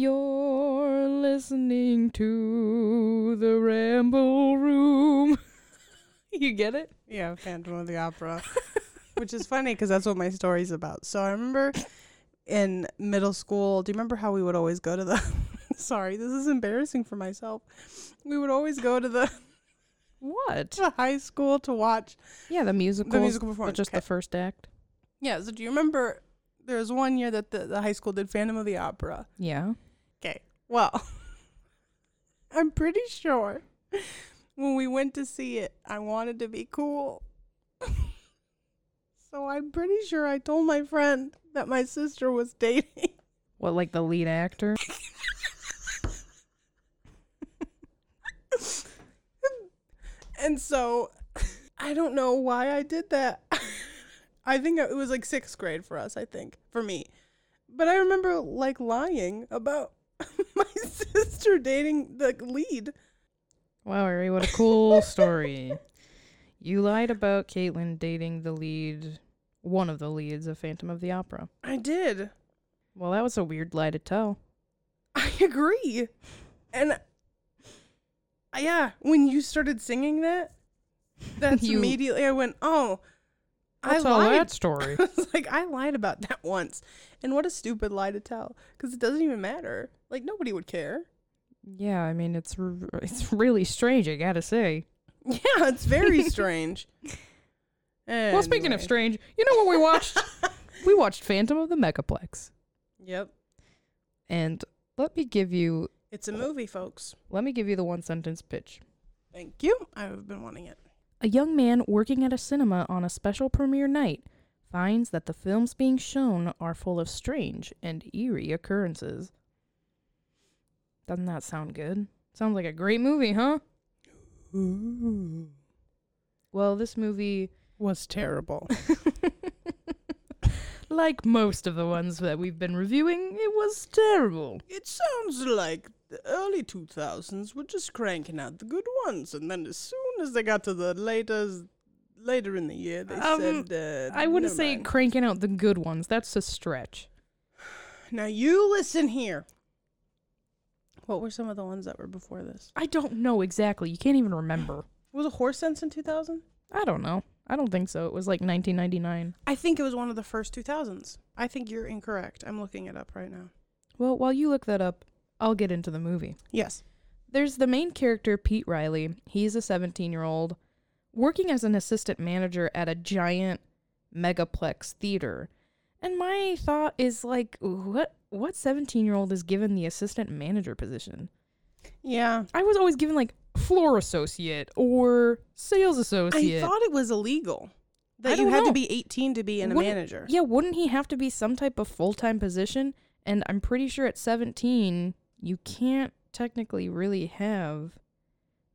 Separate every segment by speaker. Speaker 1: You're listening to the Ramble Room. you get it?
Speaker 2: Yeah, Phantom of the Opera, which is funny because that's what my story's about. So I remember in middle school. Do you remember how we would always go to the? sorry, this is embarrassing for myself. We would always go to the,
Speaker 1: What?
Speaker 2: to high school to watch
Speaker 1: Yeah, the musical.
Speaker 2: the musical performance.
Speaker 1: But just the
Speaker 2: Okay.
Speaker 1: first act.
Speaker 2: yeah. So do you remember? There was one year that the, the high school did Phantom of the Opera.
Speaker 1: Yeah.
Speaker 2: Okay. Well, I'm pretty sure when we went to see it, I wanted to be cool. so I'm pretty sure I told my friend that my sister was dating.
Speaker 1: What, like the lead actor?
Speaker 2: and so I don't know why I did that. I think it was like sixth grade for us, I think, for me. But I remember like lying about my sister dating the lead.
Speaker 1: Wow, Ari, what a cool story. You lied about Caitlin dating the lead, one of the leads of Phantom of the Opera.
Speaker 2: I did.
Speaker 1: Well, that was a weird lie to tell.
Speaker 2: I agree. And uh, yeah, when you started singing that, that's
Speaker 1: You-
Speaker 2: immediately I went, "Oh,
Speaker 1: What's
Speaker 2: I
Speaker 1: all
Speaker 2: lied."
Speaker 1: that story?
Speaker 2: I was like, "I lied about that once." And what a stupid lie to tell cuz it doesn't even matter. Like nobody would care.
Speaker 1: yeah, I mean, it's r- it's really strange, I gotta say.
Speaker 2: Yeah, it's very strange.
Speaker 1: Well, speaking of
Speaker 2: Anyway.
Speaker 1: strange, you know what we watched? we watched Phantom of the Megaplex.
Speaker 2: Yep.
Speaker 1: And let me give you
Speaker 2: It's a movie, folks.
Speaker 1: let me give you the one sentence pitch.
Speaker 2: Thank you. I've been wanting it.
Speaker 1: A young man working at a cinema on a special premiere night finds that the films being shown are full of strange and eerie occurrences. Doesn't that sound good? Sounds like a great movie, huh?
Speaker 2: Ooh.
Speaker 1: Well, this movie,
Speaker 2: Was terrible.
Speaker 1: like most of the ones that we've been reviewing, it was terrible.
Speaker 2: It sounds like the early 2000s were just cranking out the good ones, and then as soon as they got to the later, later in the year, they
Speaker 1: Um,
Speaker 2: said, uh,
Speaker 1: I wouldn't
Speaker 2: never
Speaker 1: say
Speaker 2: mind.
Speaker 1: cranking out the good ones. That's a stretch.
Speaker 2: now you listen here. What were some of the ones that were before this?
Speaker 1: I don't know exactly. You can't even remember.
Speaker 2: Was a horse sense in 2000?
Speaker 1: I don't know. I don't think so. It was like 1999.
Speaker 2: I think it was one of the first 2000s. I think you're incorrect. I'm looking it up right now.
Speaker 1: Well, while you look that up, I'll get into the movie.
Speaker 2: Yes.
Speaker 1: There's the main character, Pete Riley. He's a 17 year old working as an assistant manager at a giant megaplex theater. And my thought is like, what what 17 year old is given the assistant manager position?
Speaker 2: Yeah.
Speaker 1: I was always given like floor associate or sales
Speaker 2: I
Speaker 1: associate.
Speaker 2: thought it was illegal
Speaker 1: I
Speaker 2: that you
Speaker 1: don't
Speaker 2: had
Speaker 1: know.
Speaker 2: to be 18 to be in a
Speaker 1: Wouldn't-
Speaker 2: manager.
Speaker 1: Yeah, wouldn't he have to be some type of full time position? And I'm pretty sure at 17, you can't technically really have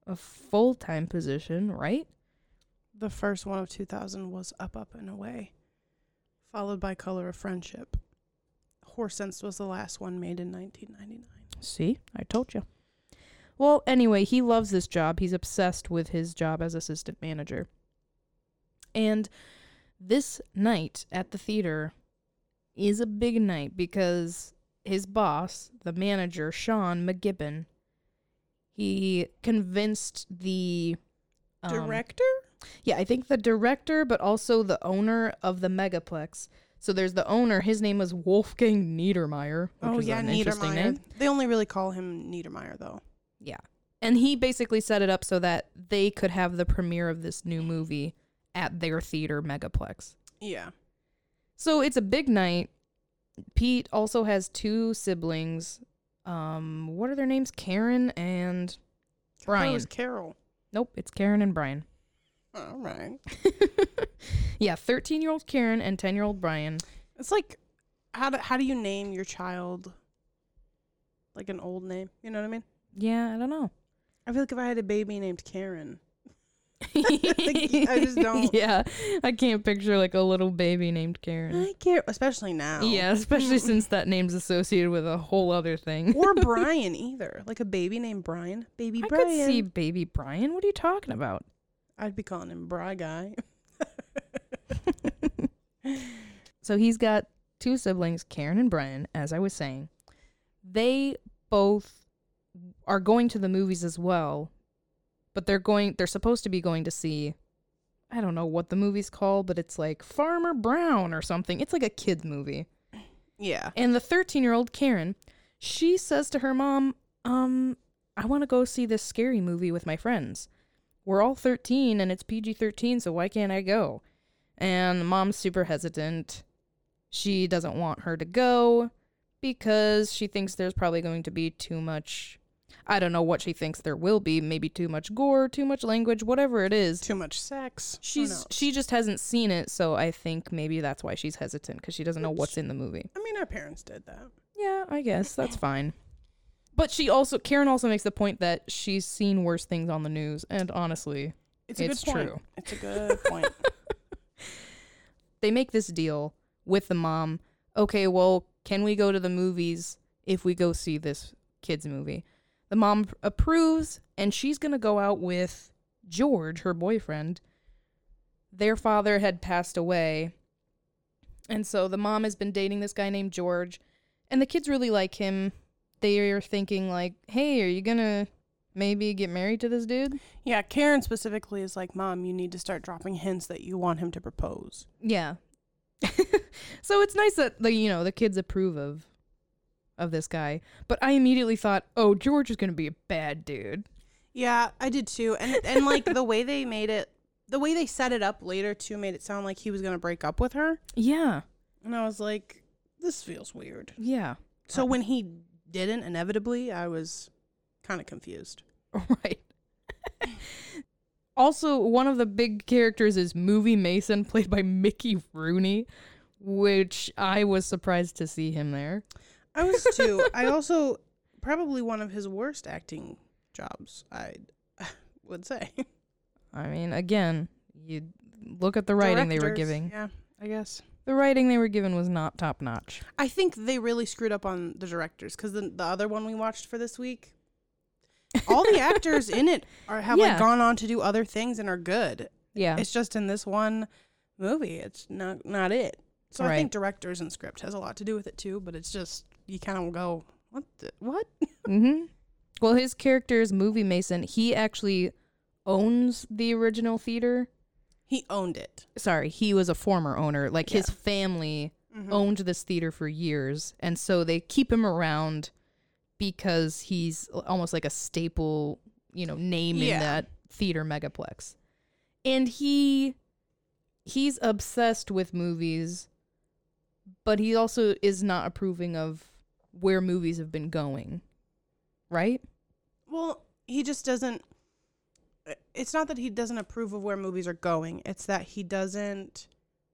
Speaker 1: a full time position, right?
Speaker 2: The first one of 2000 was Up, Up, and Away, followed by Color of Friendship. Horse Sense was the last one made in 1999.
Speaker 1: See, I told you. Well, anyway, he loves this job. He's obsessed with his job as assistant manager. And this night at the theater is a big night because his boss, the manager, Sean McGibbon, he convinced the um,
Speaker 2: Director?
Speaker 1: yeah, I think the director, but also the owner of the Megaplex. So there's the owner. His name was Wolfgang Niedermeyer. Which
Speaker 2: Oh,
Speaker 1: is
Speaker 2: yeah,
Speaker 1: an interesting
Speaker 2: Niedermeyer.
Speaker 1: name.
Speaker 2: They only really call him Niedermeyer, though.
Speaker 1: Yeah. And he basically set it up so that they could have the premiere of this new movie at their theater megaplex.
Speaker 2: Yeah.
Speaker 1: So it's a big night. Pete also has two siblings. Um, what are their names? Karen and
Speaker 2: That
Speaker 1: Brian.
Speaker 2: was Carol.
Speaker 1: Nope, it's Karen and Brian.
Speaker 2: All right.
Speaker 1: yeah, 13 year old Karen and 10 year old Brian.
Speaker 2: It's like, how do, how do you name your child like an old name? You know what I mean?
Speaker 1: Yeah, I don't know.
Speaker 2: I feel like if I had a baby named Karen, I just don't-
Speaker 1: Yeah, I can't picture like a little baby named Karen.
Speaker 2: I care, especially now.
Speaker 1: Yeah, especially since that name's associated with a whole other thing.
Speaker 2: or Brian either. Like a baby named Brian. Baby
Speaker 1: I
Speaker 2: Brian.
Speaker 1: could see baby Brian. What are you talking about?
Speaker 2: I'd be calling him Bry Guy.
Speaker 1: So he's got two siblings, Karen and Brian, as I was saying. they both are going to the movies as well, but they're going they're supposed to be going to see I don't know what the movie's called, but it's like Farmer Brown or something. It's like a kid movie.
Speaker 2: Yeah.
Speaker 1: And the 13-year-old Karen, she says to her mom, "Um, I want to go see this scary movie with my friends. We're all 13 and it's PG-13, so why can't I go?" And mom's super hesitant. She doesn't want her to go because she thinks there's probably going to be too much I don't know what she thinks there will be, maybe too much gore, too much language, whatever it is.
Speaker 2: Too much sex. Who
Speaker 1: She's
Speaker 2: knows?
Speaker 1: she just hasn't seen it, so I think maybe that's why she's hesitant cuz she doesn't know what's in the movie.
Speaker 2: I mean, our parents did that.
Speaker 1: Yeah, I guess that's fine. But she also Karen also makes the point that she's seen worse things on the news and honestly,
Speaker 2: It's a
Speaker 1: It's
Speaker 2: good point.
Speaker 1: true.
Speaker 2: It's a good point.
Speaker 1: they make this deal with the mom. Okay, well, can we go to the movies if we go see this kids movie? The mom approves and she's going to go out with George, her boyfriend. Their father had passed away. And so the mom has been dating this guy named George and the kids really like him. They are thinking like, "Hey, are you going to maybe get married to this dude?"
Speaker 2: Yeah, Karen specifically is like, Mom, you need to start dropping hints that you want him to propose.
Speaker 1: Yeah. so it's nice that the you know the kids approve of of this guy, but I immediately thought, oh, George is gonna be a bad dude.
Speaker 2: Yeah, I did too. And and like the way they made it the way they set it up later too made it sound like he was gonna break up with her.
Speaker 1: Yeah,
Speaker 2: And I was like, This feels weird.
Speaker 1: yeah,
Speaker 2: So when he didn't inevitably, I was kinda confused.
Speaker 1: right. also, one of the big characters is Movie Mason, played by Mickey Rooney, which I was surprised to see him there.
Speaker 2: I was too. I also probably one of his worst acting jobs, I would say.
Speaker 1: I mean, again, you look at the writing they were
Speaker 2: Directors,
Speaker 1: giving.
Speaker 2: Yeah, I guess.
Speaker 1: The writing they were given was not top notch.
Speaker 2: I think they really screwed up on the directors because the, the other one we watched for this week, all the actors in it are have
Speaker 1: Yeah.
Speaker 2: like gone on to do other things and are good.
Speaker 1: Yeah,
Speaker 2: It's just in this one movie, it's not not it. So I
Speaker 1: Right.
Speaker 2: think directors and script has a lot to do with it too. But it's just you kind of go what the, what?
Speaker 1: Mm-hmm. Well, his character is Movie Mason. He actually owns the original theater.
Speaker 2: He owned it.
Speaker 1: Sorry, he was a former owner. Like his
Speaker 2: Yeah. Mm-hmm.
Speaker 1: family owned this theater for years, and so they keep him around because he's l- almost like a staple, you know, name in
Speaker 2: Yeah.
Speaker 1: that theater megaplex. And he he's obsessed with movies, but he also is not approving of where movies have been going. Right?
Speaker 2: Well, he just doesn't. It's not that he doesn't approve of where movies are going. It's that he doesn't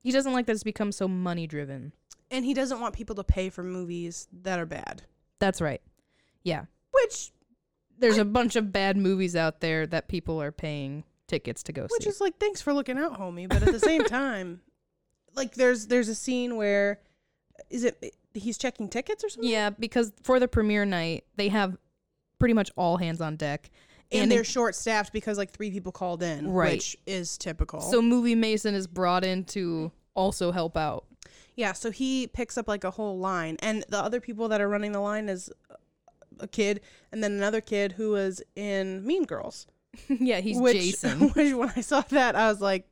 Speaker 1: He doesn't like that it's become so money driven.
Speaker 2: and he doesn't want people to pay for movies that are bad.
Speaker 1: That's right. Yeah.
Speaker 2: Which
Speaker 1: There's a bunch of bad movies out there that people are paying tickets to go
Speaker 2: which
Speaker 1: see.
Speaker 2: is like thanks for looking out, homie, but at the same time like there's there's a scene where is it he's checking tickets or something?
Speaker 1: yeah, because for the premiere night, they have pretty much all hands on deck.
Speaker 2: And,
Speaker 1: And
Speaker 2: they're short staffed because like 3 people called in,
Speaker 1: Right.
Speaker 2: which is typical.
Speaker 1: So Movie Mason is brought in to also help out.
Speaker 2: yeah, so he picks up like a whole line and the other people that are running the line is uh, a kid and then another kid who was in Mean Girls.
Speaker 1: yeah, he's
Speaker 2: which,
Speaker 1: Jason.
Speaker 2: Which when I saw that I was like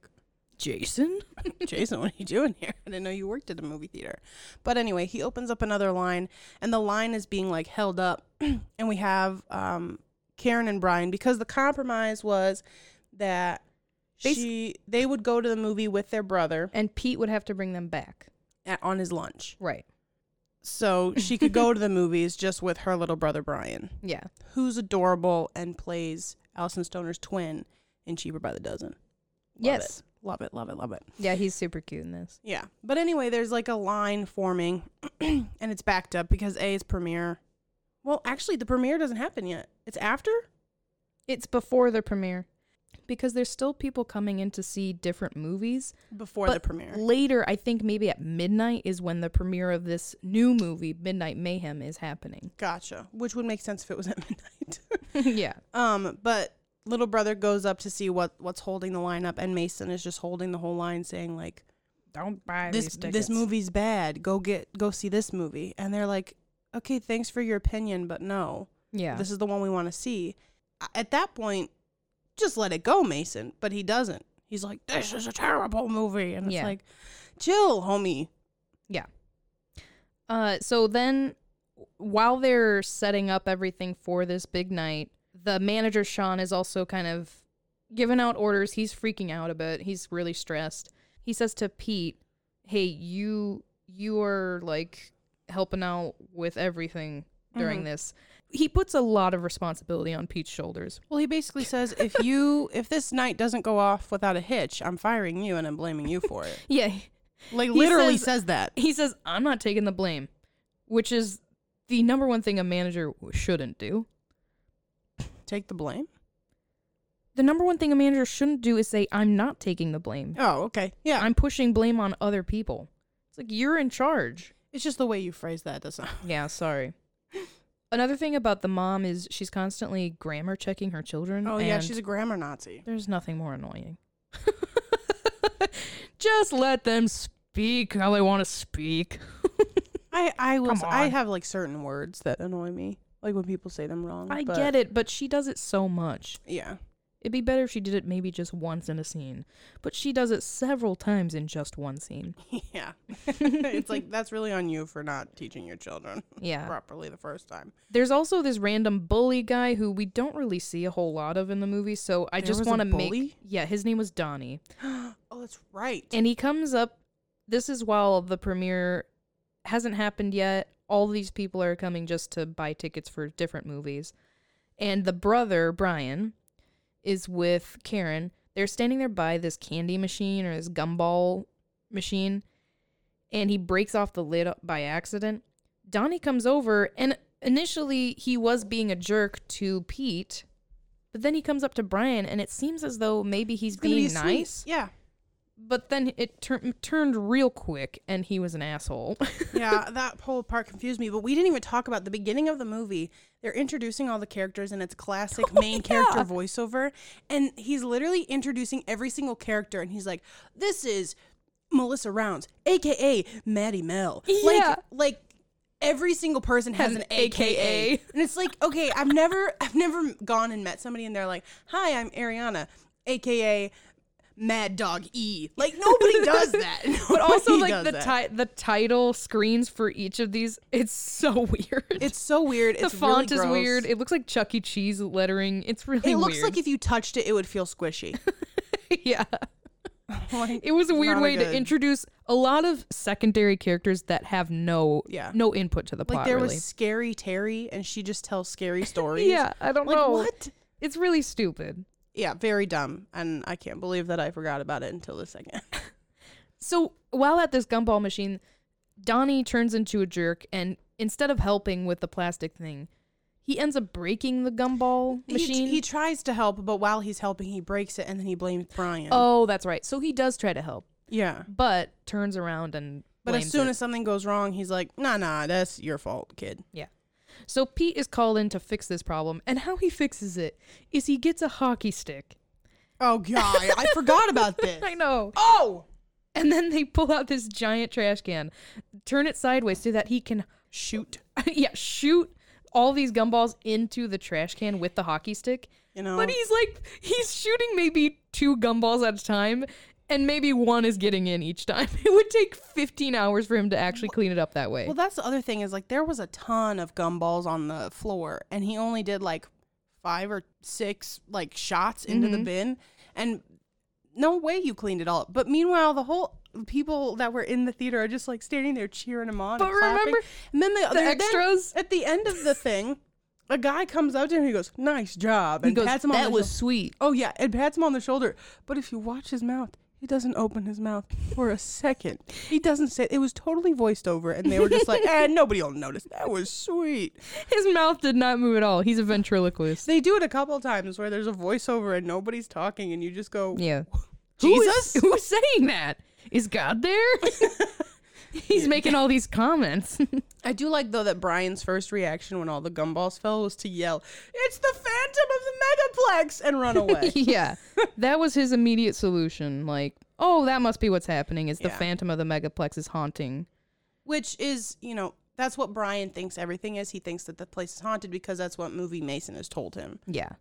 Speaker 1: Jason?
Speaker 2: Jason, what are you doing here? I didn't know you worked at a movie theater. But anyway, he opens up another line, and the line is being like held up. and we have um, Karen and Brian because the compromise was that
Speaker 1: They s-
Speaker 2: she they would go to the movie with their brother
Speaker 1: And Pete would have to bring them back.
Speaker 2: at, on his lunch,
Speaker 1: Right.
Speaker 2: so she could go to the movies just with her little brother Brian,
Speaker 1: Yeah.
Speaker 2: who's adorable and plays Allison Stoner's twin in Cheaper by the Dozen. Love
Speaker 1: yes.
Speaker 2: it. love it, love it, love it.
Speaker 1: Yeah, he's super cute in this.
Speaker 2: Yeah. But anyway, there's like a line forming and it's backed up because A is premiere. Well, actually, the premiere doesn't happen yet. It's after?
Speaker 1: It's before the premiere because there's still people coming in to see different movies.
Speaker 2: Before the
Speaker 1: But
Speaker 2: premiere.
Speaker 1: Later, I think maybe at midnight is when the premiere of this new movie, Midnight Mayhem, is happening.
Speaker 2: Gotcha. Which would make sense if it was at midnight.
Speaker 1: yeah.
Speaker 2: um, but little brother goes up to see what what's holding the line up and Mason is just holding the whole line saying like
Speaker 1: Don't buy
Speaker 2: this this movie's bad. Go get go see this movie. And they're like okay, thanks for your opinion, but no,
Speaker 1: Yeah.
Speaker 2: this is the one we want to see. A- At that point, just let it go, Mason. But he doesn't. He's like, this is a terrible movie. And it's
Speaker 1: Yeah.
Speaker 2: like, chill, homie.
Speaker 1: Uh, so then, while they're setting up everything for this big night, the manager Sean is also kind of giving out orders. He's freaking out a bit. He's really stressed. He says to Pete, "Hey, you, you are like helping out with everything
Speaker 2: Mm-hmm.
Speaker 1: during this." He puts a lot of responsibility on Pete's shoulders.
Speaker 2: Well, he basically says, if you, if this night doesn't go off without a hitch, I'm firing you and I'm blaming you for it.
Speaker 1: Yeah,
Speaker 2: Like,
Speaker 1: He
Speaker 2: literally
Speaker 1: says-
Speaker 2: says that.
Speaker 1: he says, "I'm not taking the blame," which is the number one thing a manager shouldn't do.
Speaker 2: Take the blame.
Speaker 1: the number one thing a manager shouldn't do is say, I'm not taking the blame.
Speaker 2: Oh, okay. Yeah.
Speaker 1: I'm pushing blame on other people. It's like, you're in charge.
Speaker 2: it's just the way you phrase that, doesn't it?
Speaker 1: Yeah, sorry. Another thing about the mom is she's constantly grammar checking her children.
Speaker 2: Oh, yeah.
Speaker 1: and
Speaker 2: She's a grammar Nazi.
Speaker 1: There's nothing more annoying. Just let them speak how they want to speak.
Speaker 2: I, I will.
Speaker 1: Come
Speaker 2: s- I
Speaker 1: on.
Speaker 2: have like certain words that annoy me, like when people say them wrong.
Speaker 1: I
Speaker 2: but-
Speaker 1: get it, but she does it so much.
Speaker 2: Yeah.
Speaker 1: It'd be better if she did it maybe just once in a scene, but she does it several times in just one scene.
Speaker 2: Yeah. it's like that's really on you for not teaching your children
Speaker 1: Yeah.
Speaker 2: properly the first time.
Speaker 1: There's also this random bully guy who we don't really see a whole lot of in the movie, so I
Speaker 2: There
Speaker 1: just
Speaker 2: was a
Speaker 1: want to
Speaker 2: bully?
Speaker 1: make yeah, his name was Donnie,
Speaker 2: oh, that's right.
Speaker 1: and he comes up. This is while the premiere hasn't happened yet. All these people are coming just to buy tickets for different movies, and the brother Brian is with Karen. They're standing there by this candy machine or this gumball machine, and he breaks off the lid by accident. Donnie comes over, and initially he was being a jerk to Pete, but then he comes up to Brian, and it seems as though maybe he's,
Speaker 2: Gonna be
Speaker 1: being
Speaker 2: sweet.
Speaker 1: nice.
Speaker 2: Yeah.
Speaker 1: But then it tur- turned real quick, and he was an asshole.
Speaker 2: Yeah, that whole part confused me, but we didn't even talk about the beginning of the movie. They're introducing all the characters and it's classic
Speaker 1: Oh,
Speaker 2: main character voiceover and he's literally introducing every single character and he's like, "This is Melissa Rounds, aka Maddie Mel."
Speaker 1: Yeah.
Speaker 2: Like like every single person has an AKA. And it's like, okay, I've never I've never gone and met somebody and they're like, "Hi, I'm Ariana, aka Mad Dog E." Like nobody does that.
Speaker 1: but also like
Speaker 2: Nobody does
Speaker 1: the
Speaker 2: that.
Speaker 1: ti- the title screens for each of these. It's so weird.
Speaker 2: It's so weird.
Speaker 1: the
Speaker 2: It's
Speaker 1: font
Speaker 2: really
Speaker 1: is
Speaker 2: gross.
Speaker 1: weird. It looks like Chuck E. Cheese lettering. It's really
Speaker 2: It looks
Speaker 1: weird.
Speaker 2: like if you touched it, it would feel squishy.
Speaker 1: yeah.
Speaker 2: like,
Speaker 1: It was a weird
Speaker 2: not a
Speaker 1: way to
Speaker 2: good-
Speaker 1: introduce a lot of secondary characters that have no
Speaker 2: Yeah.
Speaker 1: no input to the plot.
Speaker 2: like there
Speaker 1: really.
Speaker 2: was Scary Terry, and she just tells scary stories.
Speaker 1: yeah, I don't
Speaker 2: Like
Speaker 1: know.
Speaker 2: what?
Speaker 1: It's really stupid.
Speaker 2: Yeah, very dumb, and I can't believe that I forgot about it until this second.
Speaker 1: So while at this gumball machine, Donnie turns into a jerk and instead of helping with the plastic thing, he ends up breaking the gumball
Speaker 2: He-
Speaker 1: machine.
Speaker 2: He, tries to help, but while he's helping, he breaks it, and then he blames Brian.
Speaker 1: oh, that's right. So he does try to help,
Speaker 2: yeah.
Speaker 1: but turns around and
Speaker 2: But
Speaker 1: blames
Speaker 2: as soon
Speaker 1: it.
Speaker 2: as something goes wrong, he's like, "Nah, nah, that's your fault, kid."
Speaker 1: So Pete is called in to fix this problem, and how he fixes it is he gets a hockey stick.
Speaker 2: Oh god, I forgot about this.
Speaker 1: I know.
Speaker 2: Oh,
Speaker 1: And then they pull out this giant trash can, turn it sideways so that he can
Speaker 2: shoot.
Speaker 1: yeah, shoot all these gumballs into the trash can with the hockey stick.
Speaker 2: You know,
Speaker 1: But he's like he's shooting maybe two gumballs at a time and maybe one is getting in each time. It would take 15 hours for him to actually clean it up that way.
Speaker 2: Well, that's the other thing is like there was a ton of gumballs on the floor, and he only did like five or six like shots into
Speaker 1: Mm-hmm.
Speaker 2: the bin, and no way you cleaned it all up. But meanwhile, the whole people that were in the theater are just like standing there cheering him on.
Speaker 1: But
Speaker 2: and clapping.
Speaker 1: remember
Speaker 2: and then the,
Speaker 1: the
Speaker 2: then
Speaker 1: extras?
Speaker 2: at the end of the thing, a guy comes up to him. He goes, "Nice job," and
Speaker 1: He goes,
Speaker 2: pats him on the
Speaker 1: that was sweet.
Speaker 2: shoulder. Oh yeah, and pats him on the shoulder. But if you watch his mouth, he doesn't open his mouth for a second. He doesn't say it was totally voiced over and they were just like, eh, nobody'll notice. That was sweet.
Speaker 1: His mouth did not move at all. He's a ventriloquist.
Speaker 2: They do it a couple times where there's a voiceover and nobody's talking and you just go
Speaker 1: Yeah.
Speaker 2: Jesus?
Speaker 1: Who is, who's saying that? Is God there? He's making all these comments.
Speaker 2: I do like though that Brian's first reaction when all the gumballs fell was to yell, It's the Phantom of the Megaplex and run away.
Speaker 1: yeah. That was his immediate solution. Like, oh, that must be what's happening. Is the
Speaker 2: Yeah.
Speaker 1: Phantom of the Megaplex is haunting.
Speaker 2: Which is, you know, That's what Brian thinks everything is. He thinks that the place is haunted because that's what movie Mason has told him.
Speaker 1: Yeah.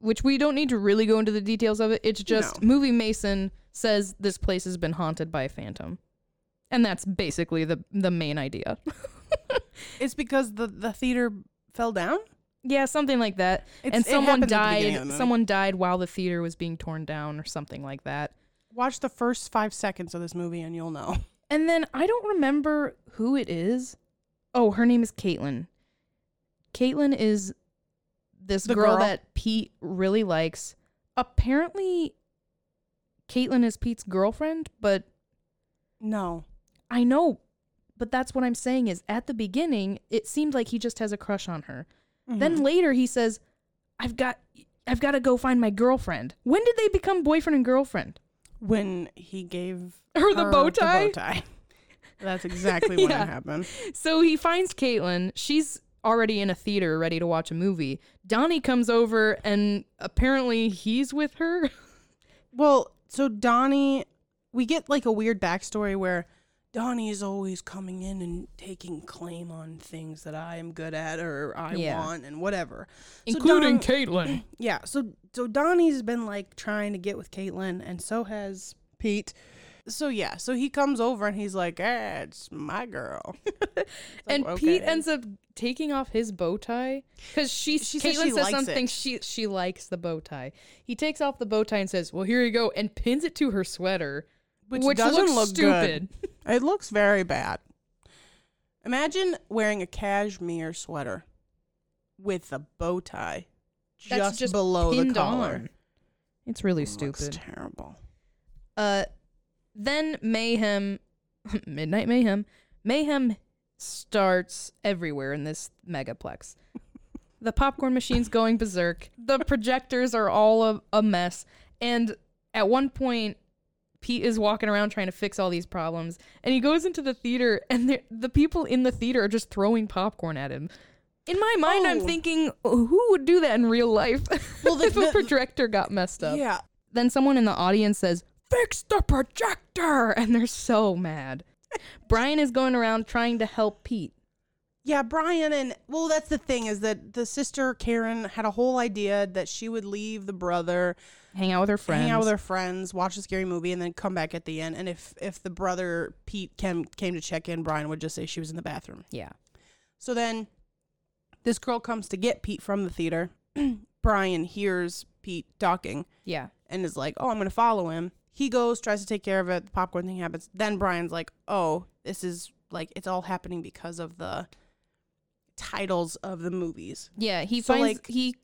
Speaker 1: Which we don't need to really go into the details of it. It's just movie Mason says this place has been haunted by a phantom. And that's basically the the main idea.
Speaker 2: It's because the the theater fell down.
Speaker 1: yeah, something like that.
Speaker 2: It's,
Speaker 1: and
Speaker 2: it
Speaker 1: someone
Speaker 2: happened at the beginning of
Speaker 1: died
Speaker 2: the movie.
Speaker 1: someone died while the theater was being torn down or something like that.
Speaker 2: Watch the first five seconds of this movie and you'll know.
Speaker 1: And then I don't remember who it is. Oh, her name is Caitlin. Caitlin is this
Speaker 2: The
Speaker 1: girl,
Speaker 2: girl.
Speaker 1: that Pete really likes. Apparently, Caitlin is Pete's girlfriend, but
Speaker 2: No,
Speaker 1: I know. But that's what I'm saying is at the beginning, it seemed like he just has a crush on her.
Speaker 2: Mm.
Speaker 1: Then later he says, I've got. I've got to go find my girlfriend. When did they become boyfriend and girlfriend?
Speaker 2: when he gave
Speaker 1: Her the bow tie?
Speaker 2: That's exactly when
Speaker 1: Yeah.
Speaker 2: it happened.
Speaker 1: So he finds Caitlin. She's already in a theater ready to watch a movie. Donnie comes over and apparently he's with her.
Speaker 2: Well, so Donnie, we get like a weird backstory where Donnie is always coming in and taking claim on things that I am good at or I
Speaker 1: Yeah.
Speaker 2: want and whatever, So Don-
Speaker 1: Caitlin.
Speaker 2: Yeah. So so Donnie's been like trying to get with Caitlyn, and so has Pete. So yeah. So he comes over and he's like, "Ah, it's my girl."
Speaker 1: and Pete
Speaker 2: okay.
Speaker 1: ends up taking off his bow tie because she,
Speaker 2: She
Speaker 1: Caitlin
Speaker 2: says
Speaker 1: says,
Speaker 2: she likes
Speaker 1: something
Speaker 2: it.
Speaker 1: she she likes the bow tie. He takes off the bow tie and says, "Well, here you go," and pins it to her sweater,
Speaker 2: Which doesn't
Speaker 1: looks
Speaker 2: look
Speaker 1: stupid.
Speaker 2: good. it looks very bad. Imagine wearing a cashmere sweater with a bow tie
Speaker 1: That's
Speaker 2: just,
Speaker 1: just
Speaker 2: below the
Speaker 1: pinned
Speaker 2: collar.
Speaker 1: on. It's really
Speaker 2: It looks
Speaker 1: stupid.
Speaker 2: terrible.
Speaker 1: Uh, then mayhem, midnight mayhem, mayhem starts everywhere in this megaplex. the popcorn machine's going berserk. The projectors are all a, a mess. And at one point, Pete is walking around trying to fix all these problems, and he goes into the theater, and the- the people in the theater are just throwing popcorn at him. In my mind, I'm
Speaker 2: Oh.
Speaker 1: thinking, who would do that in real life? Well,
Speaker 2: Well, the-
Speaker 1: if a
Speaker 2: the-
Speaker 1: projector got messed up
Speaker 2: Yeah.
Speaker 1: then someone in the audience says, Fix the projector! And they're so mad. Brian is going around trying to help Pete.
Speaker 2: Yeah, Brian and well, that's the thing is that the sister Karen had a whole idea that she would leave the brother
Speaker 1: Hang out with her friends.
Speaker 2: hang out with her friends, watch a scary movie, and then come back at the end. And if if the brother Pete came came to check in, Brian would just say she was in the bathroom.
Speaker 1: yeah.
Speaker 2: So then this girl comes to get Pete from the theater. Brian hears Pete talking
Speaker 1: Yeah.
Speaker 2: and is like, "Oh, I'm gonna follow him." He goes, tries to take care of it. The popcorn thing happens. Then Brian's like, "Oh, this is like it's all happening because of the titles of the movies."
Speaker 1: Yeah. He
Speaker 2: So,
Speaker 1: finds
Speaker 2: like-
Speaker 1: he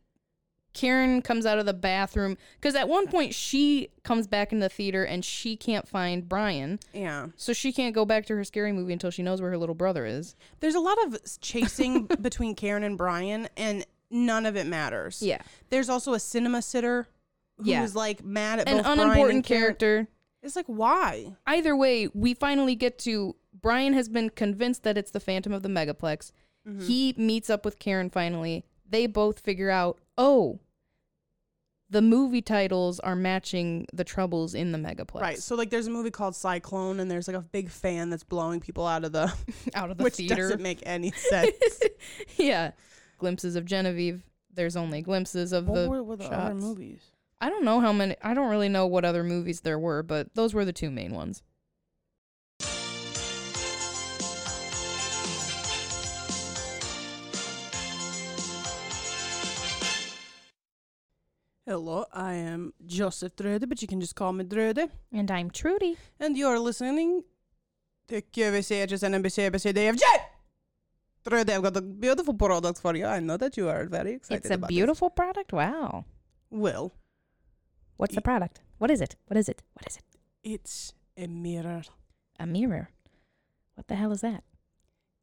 Speaker 1: Karen comes out of the bathroom because at one point she comes back into the theater and she can't find Brian.
Speaker 2: Yeah.
Speaker 1: So she can't go back to her scary movie until she knows where her little brother is.
Speaker 2: There's a lot of s- chasing between Karen and Brian, and none of it matters.
Speaker 1: Yeah.
Speaker 2: There's also a cinema sitter who's
Speaker 1: Yeah.
Speaker 2: like mad at
Speaker 1: An
Speaker 2: both Brian and
Speaker 1: unimportant
Speaker 2: Karen.
Speaker 1: character.
Speaker 2: It's like why?
Speaker 1: either way, we finally get to Brian has been convinced that it's the Phantom of the Megaplex.
Speaker 2: Mm-hmm.
Speaker 1: He meets up with Karen finally. They both figure out, oh, the movie titles are matching the troubles in the Megaplex.
Speaker 2: Right. So like there's a movie called Cyclone and there's like a big fan that's blowing people out of the,
Speaker 1: Out of the
Speaker 2: which
Speaker 1: theater.
Speaker 2: doesn't make any sense.
Speaker 1: yeah. Glimpses of Genevieve. There's only glimpses of the, shots.
Speaker 2: movies?
Speaker 1: I don't know how many. I don't really know what other movies there were, but those were the two main ones.
Speaker 2: Hello, I am Joseph Dröde, but you can just call me Dröde.
Speaker 1: And I'm Trudy.
Speaker 2: And you're listening to QVCHS NBC ABCDFG! Dröde, I've got a beautiful product for you. I know that you are very excited
Speaker 1: It's a
Speaker 2: about this.
Speaker 1: beautiful product. Wow.
Speaker 2: Well,
Speaker 1: What's the product? What is it? What is it? What is it?
Speaker 2: it's a mirror.
Speaker 1: A mirror. What the hell is that?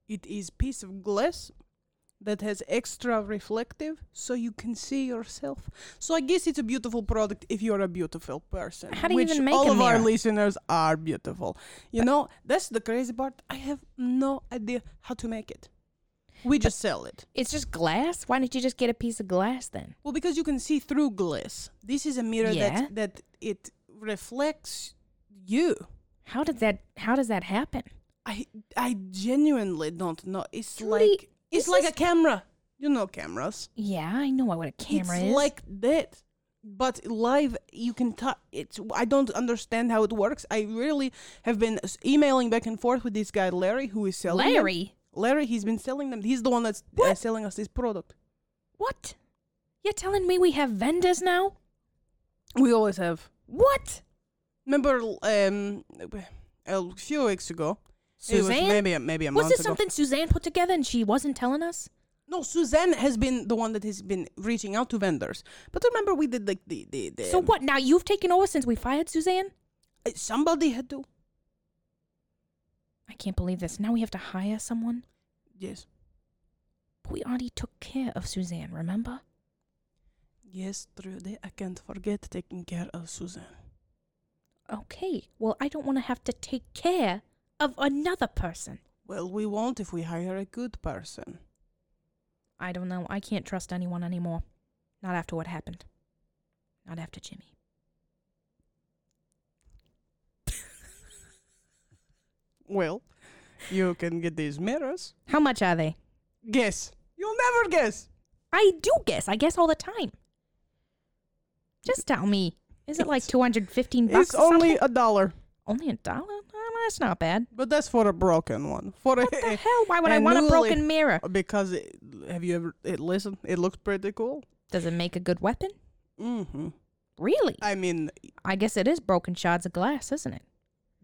Speaker 2: It is piece of glass that has extra reflective so you can see yourself. So I guess it's a beautiful product if you're a beautiful person.
Speaker 1: How do you
Speaker 2: which
Speaker 1: even make
Speaker 2: all
Speaker 1: a
Speaker 2: of our
Speaker 1: mirror?
Speaker 2: listeners are beautiful. You know, that's the crazy part. I have no idea how to make it. We just sell it.
Speaker 1: It's just glass. Why don't you just get a piece of glass then?
Speaker 2: Well, because you can see through glass. This is a mirror
Speaker 1: Yeah.
Speaker 2: that that it reflects you.
Speaker 1: How did that how does that happen?
Speaker 2: I I genuinely don't know. It's
Speaker 1: Trudy,
Speaker 2: like it's
Speaker 1: this
Speaker 2: like
Speaker 1: is-
Speaker 2: a camera. You know cameras.
Speaker 1: Yeah, I know what a camera
Speaker 2: it's
Speaker 1: is.
Speaker 2: like that. But live, you can touch. It's I don't understand how it works. I really have been s- emailing back and forth with this guy Larry, who is selling them.
Speaker 1: Larry.
Speaker 2: Larry, he's been selling them. He's the one that's uh,
Speaker 1: What?
Speaker 2: selling us this product.
Speaker 1: What? You're telling me we have vendors now?
Speaker 2: We always have.
Speaker 1: What?
Speaker 2: Remember, um, a few weeks ago, it was
Speaker 1: Suzanne?
Speaker 2: maybe a- maybe a
Speaker 1: Was
Speaker 2: month
Speaker 1: this
Speaker 2: ago.
Speaker 1: something Suzanne put together and she wasn't telling us?
Speaker 2: No, Suzanne has been the one that has been reaching out to vendors. But remember, we did like the the, the um,
Speaker 1: So what? Now you've taken over since we fired Suzanne?
Speaker 2: uh, Somebody had to.
Speaker 1: I can't believe this. Now we have to hire someone?
Speaker 2: Yes,
Speaker 1: But we already took care of Suzanne, remember?
Speaker 2: yes, Trudy. I can't forget taking care of Suzanne.
Speaker 1: Okay. Well, I don't want to have to take care of another person.
Speaker 2: Well, we won't if we hire a good person.
Speaker 1: I don't know. I can't trust anyone anymore. Not after what happened. Not after Jimmy.
Speaker 2: Well, you can get these mirrors.
Speaker 1: How much are they?
Speaker 2: Guess. You'll never guess.
Speaker 1: I do guess. I guess all the time. Just tell me. Is it like 215 bucks?
Speaker 2: It's
Speaker 1: or something?
Speaker 2: only a dollar,
Speaker 1: only a dollar? Uh, that's not bad.
Speaker 2: but that's for a broken one. For
Speaker 1: What
Speaker 2: a,
Speaker 1: the hell? Why would I
Speaker 2: and
Speaker 1: want a
Speaker 2: newly-
Speaker 1: broken mirror?
Speaker 2: because it, have you ever? It listen. It looks pretty cool.
Speaker 1: Does it make a good weapon?
Speaker 2: Mm-hmm.
Speaker 1: Really?
Speaker 2: I mean,
Speaker 1: I guess it is broken shards of glass, isn't it?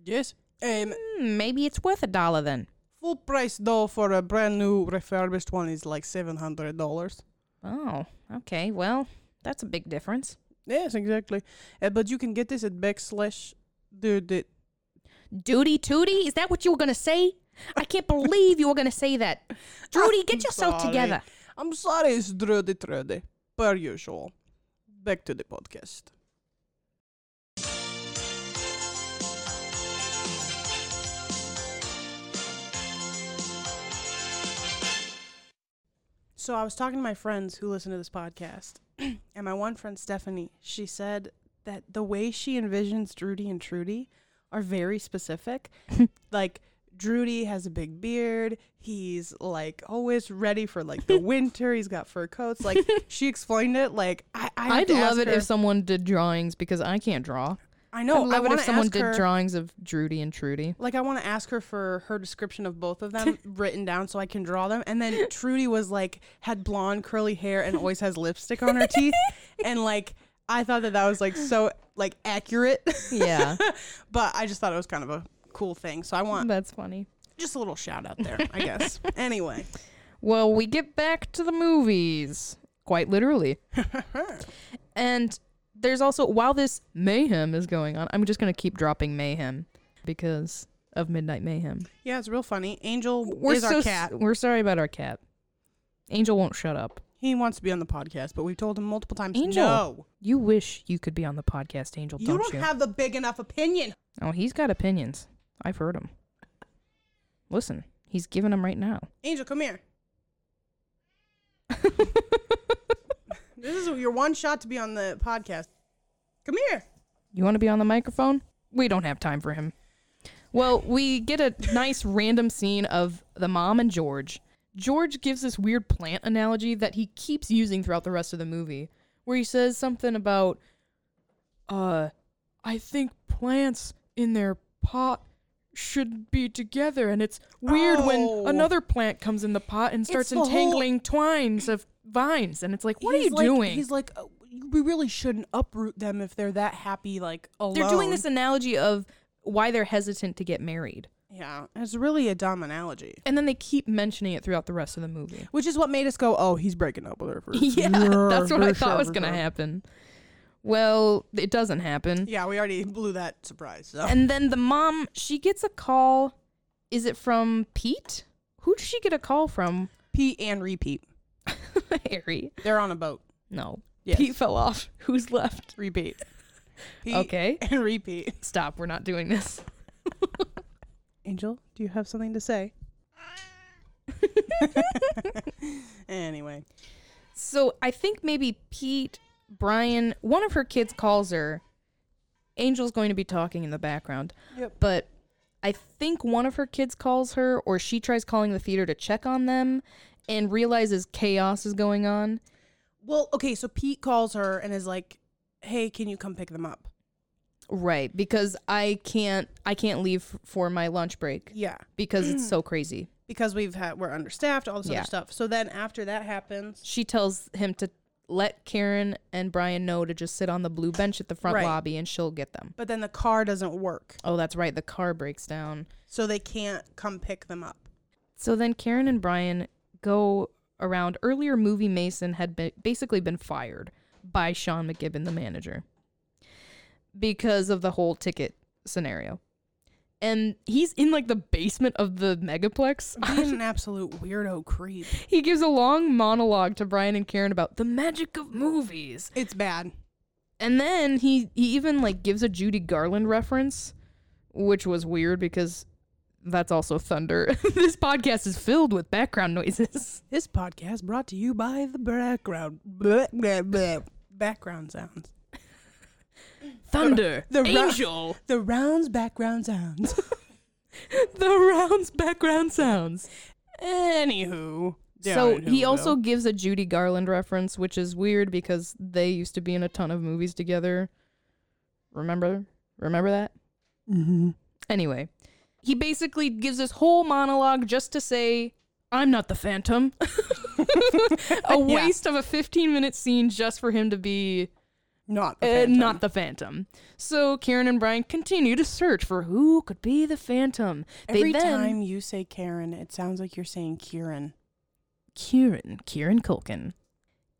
Speaker 2: yes. Um,
Speaker 1: Hmm, maybe it's worth a dollar then.
Speaker 2: Full price though for a brand new refurbished one is like seven hundred dollars.
Speaker 1: Oh, okay. Well, that's a big difference.
Speaker 2: Yes, exactly. Uh, but you can get this at backslash dude. it-
Speaker 1: Duty tooty? Is that what you were going to say? I can't believe you were going to say that. Trudy,
Speaker 2: I'm
Speaker 1: get yourself
Speaker 2: sorry.
Speaker 1: together.
Speaker 2: I'm sorry, it's Drudy Trudy, per usual. Back to the podcast. So I was talking to my friends who listen to this podcast, and my one friend Stephanie, she said that the way she envisions Drudy and Trudy are very specific. like Drudy has a big beard. He's like always ready for like the winter. He's got fur coats. Like she explained it. Like I, I have
Speaker 1: I'd
Speaker 2: to
Speaker 1: love
Speaker 2: ask
Speaker 1: it
Speaker 2: her-
Speaker 1: if someone did drawings because I can't draw.
Speaker 2: I know.
Speaker 1: I'd
Speaker 2: I
Speaker 1: love it
Speaker 2: want
Speaker 1: if
Speaker 2: to
Speaker 1: someone
Speaker 2: ask
Speaker 1: did
Speaker 2: her.
Speaker 1: drawings of Drudy and Trudy.
Speaker 2: like I want to ask her for her description of both of them written down so I can draw them. And then Trudy was like had blonde curly hair and always has lipstick on her teeth, and like I thought that that was like so like accurate.
Speaker 1: Yeah.
Speaker 2: but I just thought it was kind of a cool thing. So I want
Speaker 1: That's funny.
Speaker 2: just a little shout out there, I guess. anyway,
Speaker 1: Well, we get back to the movies, quite literally. and there's also, while this mayhem is going on, I'm just going to keep dropping mayhem because of Midnight Mayhem.
Speaker 2: yeah, it's real funny. Angel
Speaker 1: We're
Speaker 2: is
Speaker 1: so
Speaker 2: our
Speaker 1: s-
Speaker 2: cat.
Speaker 1: we're sorry about our cat. Angel won't shut up.
Speaker 2: He wants to be on the podcast, but we've told him multiple times.
Speaker 1: Angel,
Speaker 2: no,
Speaker 1: You wish you could be on the podcast, Angel,
Speaker 2: you
Speaker 1: don't
Speaker 2: don't
Speaker 1: you?
Speaker 2: have the big enough opinion.
Speaker 1: oh, he's got opinions. I've heard him. Listen, he's giving them right now.
Speaker 2: Angel, come here. This is your one shot to be on the podcast. Come here.
Speaker 1: You want to be on the microphone? We don't have time for him. Well, we get a nice random scene of the mom and George. George gives this weird plant analogy that he keeps using throughout the rest of the movie, where he says something about, uh, I think plants in their pot should be together, and it's weird
Speaker 2: Oh.
Speaker 1: when another plant comes in the pot and starts
Speaker 2: the whole-
Speaker 1: entangling twines of vines, and it's like, what are
Speaker 2: He's
Speaker 1: you
Speaker 2: like-
Speaker 1: doing?
Speaker 2: He's like, "Oh, we really shouldn't uproot them if they're that happy, like alone.
Speaker 1: They're doing this analogy of why they're hesitant to get married.
Speaker 2: Yeah, it's really a dumb analogy.
Speaker 1: And then they keep mentioning it throughout the rest of the movie.
Speaker 2: Which is what made us go, oh, he's breaking up with her. For
Speaker 1: Yeah,
Speaker 2: sure,
Speaker 1: that's what I
Speaker 2: for
Speaker 1: thought
Speaker 2: sure,
Speaker 1: was
Speaker 2: for
Speaker 1: going to
Speaker 2: sure."
Speaker 1: happen. Well, it doesn't happen.
Speaker 2: Yeah, we already blew that surprise. So.
Speaker 1: And then the mom, she gets a call. Is it from Pete? Who did she get a call from?
Speaker 2: Pete and repeat.
Speaker 1: Harry.
Speaker 2: They're on a boat.
Speaker 1: No.
Speaker 2: Yes.
Speaker 1: Pete fell off. Who's left?
Speaker 2: Repeat. Pete
Speaker 1: Okay.
Speaker 2: And repeat.
Speaker 1: Stop. We're not doing this.
Speaker 2: Angel, do you have something to say? anyway.
Speaker 1: So I think maybe Pete, Brian, one of her kids calls her. Angel's going to be talking in the background.
Speaker 2: Yep.
Speaker 1: But I think one of her kids calls her, or she tries calling the theater to check on them and realizes chaos is going on.
Speaker 2: Well, okay, so Pete calls her and is like, "Hey, can you come pick them up?"
Speaker 1: Right, because I can't I can't leave f- for my lunch break
Speaker 2: Yeah,
Speaker 1: because it's so crazy.
Speaker 2: because we've had we're understaffed, all this
Speaker 1: Yeah.
Speaker 2: other stuff. So then after that happens,
Speaker 1: She tells him to let Karen and Brian know to just sit on the blue bench at the front
Speaker 2: Right.
Speaker 1: lobby and she'll get them.
Speaker 2: but then the car doesn't work,
Speaker 1: Oh, that's right, the car breaks down.
Speaker 2: so they can't come pick them up.
Speaker 1: So then Karen and Brian go around. Earlier, Movie Mason had been, basically been fired by Sean McGibbon, the manager, because of the whole ticket scenario. And he's in like the basement of the megaplex.
Speaker 2: Being an absolute weirdo creep.
Speaker 1: he gives a long monologue to Brian and Karen about the magic of movies.
Speaker 2: It's bad.
Speaker 1: And then he he even like gives a Judy Garland reference, which was weird because that's also thunder. this podcast is filled with background noises.
Speaker 2: This podcast brought to you by the background blah, blah, blah. background sounds.
Speaker 1: Thunder.
Speaker 2: The ro-
Speaker 1: angel.
Speaker 2: The rounds background sounds.
Speaker 1: the round's background sounds.
Speaker 2: Anywho,
Speaker 1: so he also gives a Judy Garland reference, which is weird because they used to be in a ton of movies together. Remember? Remember that?
Speaker 2: mm-hmm.
Speaker 1: Anyway, he basically gives this whole monologue just to say, I'm not the Phantom. a waste of a 15 minute scene just for him to be
Speaker 2: not the
Speaker 1: Uh,
Speaker 2: Phantom.
Speaker 1: not the Phantom. So Karen and Brian continue to search for who could be the Phantom.
Speaker 2: Every
Speaker 1: they then,
Speaker 2: time you say Karen, it sounds like you're saying Kieran.
Speaker 1: Kieran, Kieran Culkin,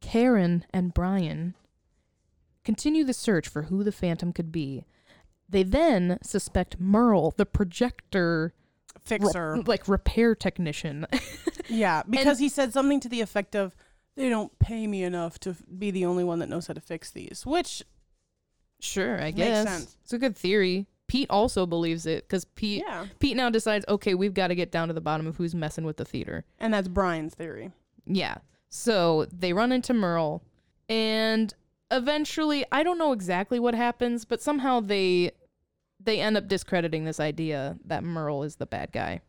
Speaker 1: Karen and Brian continue the search for who the Phantom could be. They then suspect Merle, the projector, re-
Speaker 2: Fixer.
Speaker 1: like repair technician.
Speaker 2: yeah, because he said something to the effect of, "They don't pay me enough to f- be the only one that knows how to fix these." Which,
Speaker 1: sure, I
Speaker 2: Makes
Speaker 1: guess
Speaker 2: sense.
Speaker 1: it's a good theory. Pete also believes it because Pete
Speaker 2: yeah,
Speaker 1: Pete now decides, okay, we've got to get down to the bottom of who's messing with the theater.
Speaker 2: and that's Brian's theory.
Speaker 1: Yeah. So they run into Merle, and eventually, I don't know exactly what happens, but somehow they they end up discrediting this idea that Merle is the bad guy.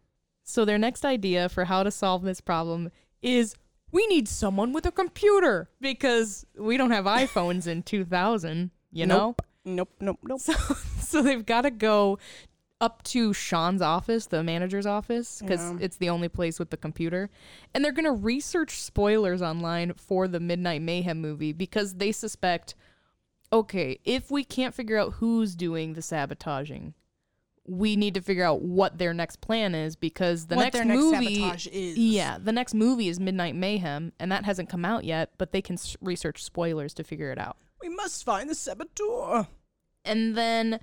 Speaker 1: So their next idea for how to solve this problem is we need someone with a computer because we don't have iPhones in 2000, you know?
Speaker 2: Nope, nope, nope.
Speaker 1: So, so they've got to go up to Sean's office, the manager's office, because
Speaker 2: Yeah.
Speaker 1: it's the only place with the computer. And they're going to research spoilers online for the Midnight Mayhem movie because they suspect okay, if we can't figure out who's doing the sabotaging, we need to figure out what their next plan is because the
Speaker 2: What
Speaker 1: next
Speaker 2: their next
Speaker 1: movie
Speaker 2: sabotage is.
Speaker 1: Yeah, the next movie is Midnight Mayhem, and that hasn't come out yet, but they can s- research spoilers to figure it out.
Speaker 2: We must find the saboteur.
Speaker 1: And then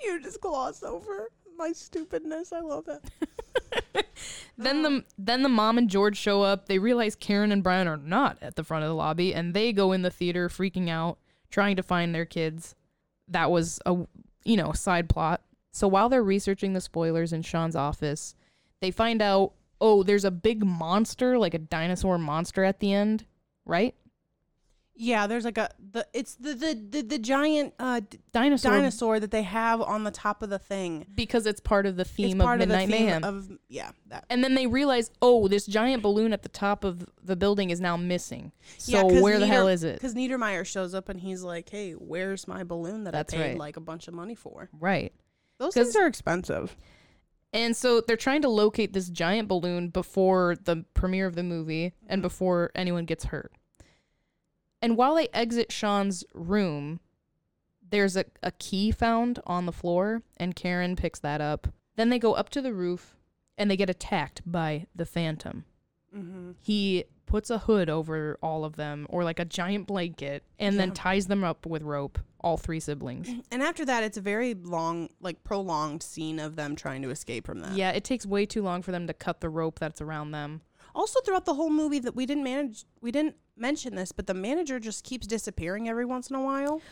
Speaker 2: You just gloss over my stupidness. I love it.
Speaker 1: Then
Speaker 2: Oh.
Speaker 1: the then the mom and George show up. They realize Karen and Brian are not at the front of the lobby, and they go in the theater, freaking out, trying to find their kids. That was a you know side plot. So while they're researching the spoilers in Sean's office, they find out oh there's a big monster like a dinosaur monster at the end, right?
Speaker 2: Yeah, there's like a the it's the the the, the giant uh, d-
Speaker 1: Dinosaur,
Speaker 2: dinosaur that they have on the top of the thing.
Speaker 1: because it's part of the theme
Speaker 2: It's
Speaker 1: of
Speaker 2: part of the
Speaker 1: Midnight
Speaker 2: theme
Speaker 1: Mayhem.
Speaker 2: of yeah that.
Speaker 1: and then they realize, oh, this giant balloon at the top of the building is now missing.
Speaker 2: Yeah,
Speaker 1: So
Speaker 2: 'cause
Speaker 1: where the
Speaker 2: Nieder-
Speaker 1: hell is it?
Speaker 2: Because Niedermeyer shows up and he's like, "Hey, where's my balloon that
Speaker 1: That's
Speaker 2: I paid
Speaker 1: right.
Speaker 2: like a bunch of money for?"
Speaker 1: Right.
Speaker 2: Those
Speaker 1: 'Cause-
Speaker 2: things are expensive.
Speaker 1: And so they're trying to locate this giant balloon before the premiere of the movie
Speaker 2: Mm-hmm.
Speaker 1: and before anyone gets hurt. And while they exit Sean's room, there's a, a key found on the floor, and Karen picks that up. Then they go up to the roof and they get attacked by the Phantom.
Speaker 2: Mm-hmm.
Speaker 1: He puts a hood over all of them, or like a giant blanket, and then
Speaker 2: Yeah.
Speaker 1: ties them up with rope, all three siblings.
Speaker 2: And after that, it's a very long, like prolonged scene of them trying to escape from that.
Speaker 1: yeah, it takes way too long for them to cut the rope that's around them.
Speaker 2: Also, throughout the whole movie, that we didn't manage, we didn't mention this, but the manager just keeps disappearing every once in a while.